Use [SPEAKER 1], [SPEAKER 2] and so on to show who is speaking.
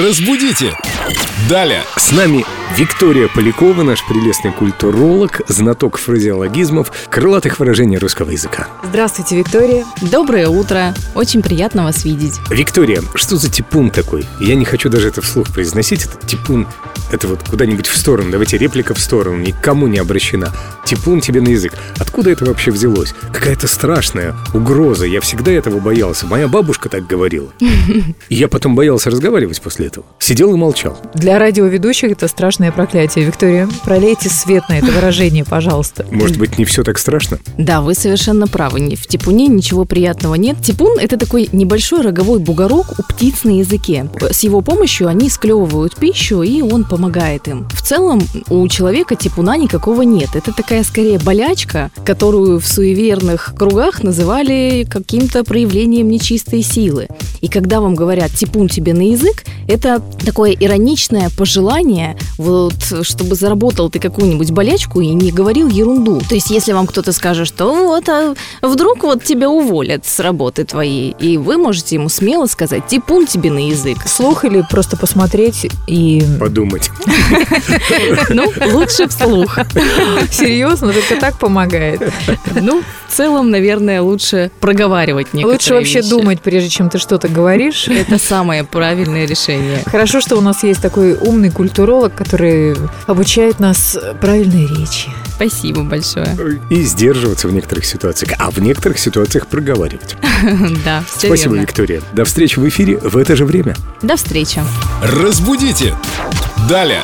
[SPEAKER 1] Разбудите! Далее с нами
[SPEAKER 2] Виктория Полякова, наш прелестный культуролог, знаток фразеологизмов, крылатых выражений русского языка.
[SPEAKER 3] Здравствуйте, Виктория.
[SPEAKER 4] Доброе утро. Очень приятно вас видеть.
[SPEAKER 2] Виктория, что за типун такой? Я не хочу даже это вслух произносить. Это типун, это вот куда-нибудь в сторону. Давайте реплика в сторону, никому не обращена. Типун тебе на язык. Откуда это вообще взялось? Какая-то страшная угроза. Я всегда этого боялся. Моя бабушка так говорила. И я потом боялся разговаривать после этого. Сидел и молчал.
[SPEAKER 3] Для радиоведущих это страшное проклятие. Виктория, пролейте свет на это выражение, пожалуйста.
[SPEAKER 2] Может быть, не все так страшно?
[SPEAKER 4] Да, вы совершенно правы. Ни- В типуне ничего приятного нет. Типун – это такой небольшой роговой бугорок у птиц на языке. С его помощью они склевывают пищу, и он помогает им. В целом у человека типуна никакого нет. Это такая скорее болячка, которую в суеверных кругах называли каким-то проявлением нечистой силы. И когда вам говорят «типун тебе на язык», это такое ироничное пожелание, вот, чтобы заработал ты какую-нибудь болячку и не говорил ерунду. То есть, если вам кто-то скажет, что вот, а вдруг вот тебя уволят с работы твоей, и вы можете ему смело сказать «типун тебе на язык».
[SPEAKER 3] Слух или просто посмотреть и...
[SPEAKER 2] Подумать.
[SPEAKER 4] Ну, лучше вслух.
[SPEAKER 3] Серьезно, только так помогает.
[SPEAKER 4] Ну, в целом, наверное, лучше проговаривать некоторые
[SPEAKER 3] Лучше вообще
[SPEAKER 4] вещи.
[SPEAKER 3] думать, прежде чем ты что-то говоришь.
[SPEAKER 4] Это самое правильное решение.
[SPEAKER 3] Хорошо, что у нас есть такой умный культуролог, который обучает нас правильной речи.
[SPEAKER 4] Спасибо большое.
[SPEAKER 2] И сдерживаться в некоторых ситуациях. А в некоторых ситуациях проговаривать.
[SPEAKER 4] Да, все
[SPEAKER 2] Спасибо,
[SPEAKER 4] верно.
[SPEAKER 2] Виктория. До встречи в эфире в это же время.
[SPEAKER 4] До встречи.
[SPEAKER 1] Разбудите! Далее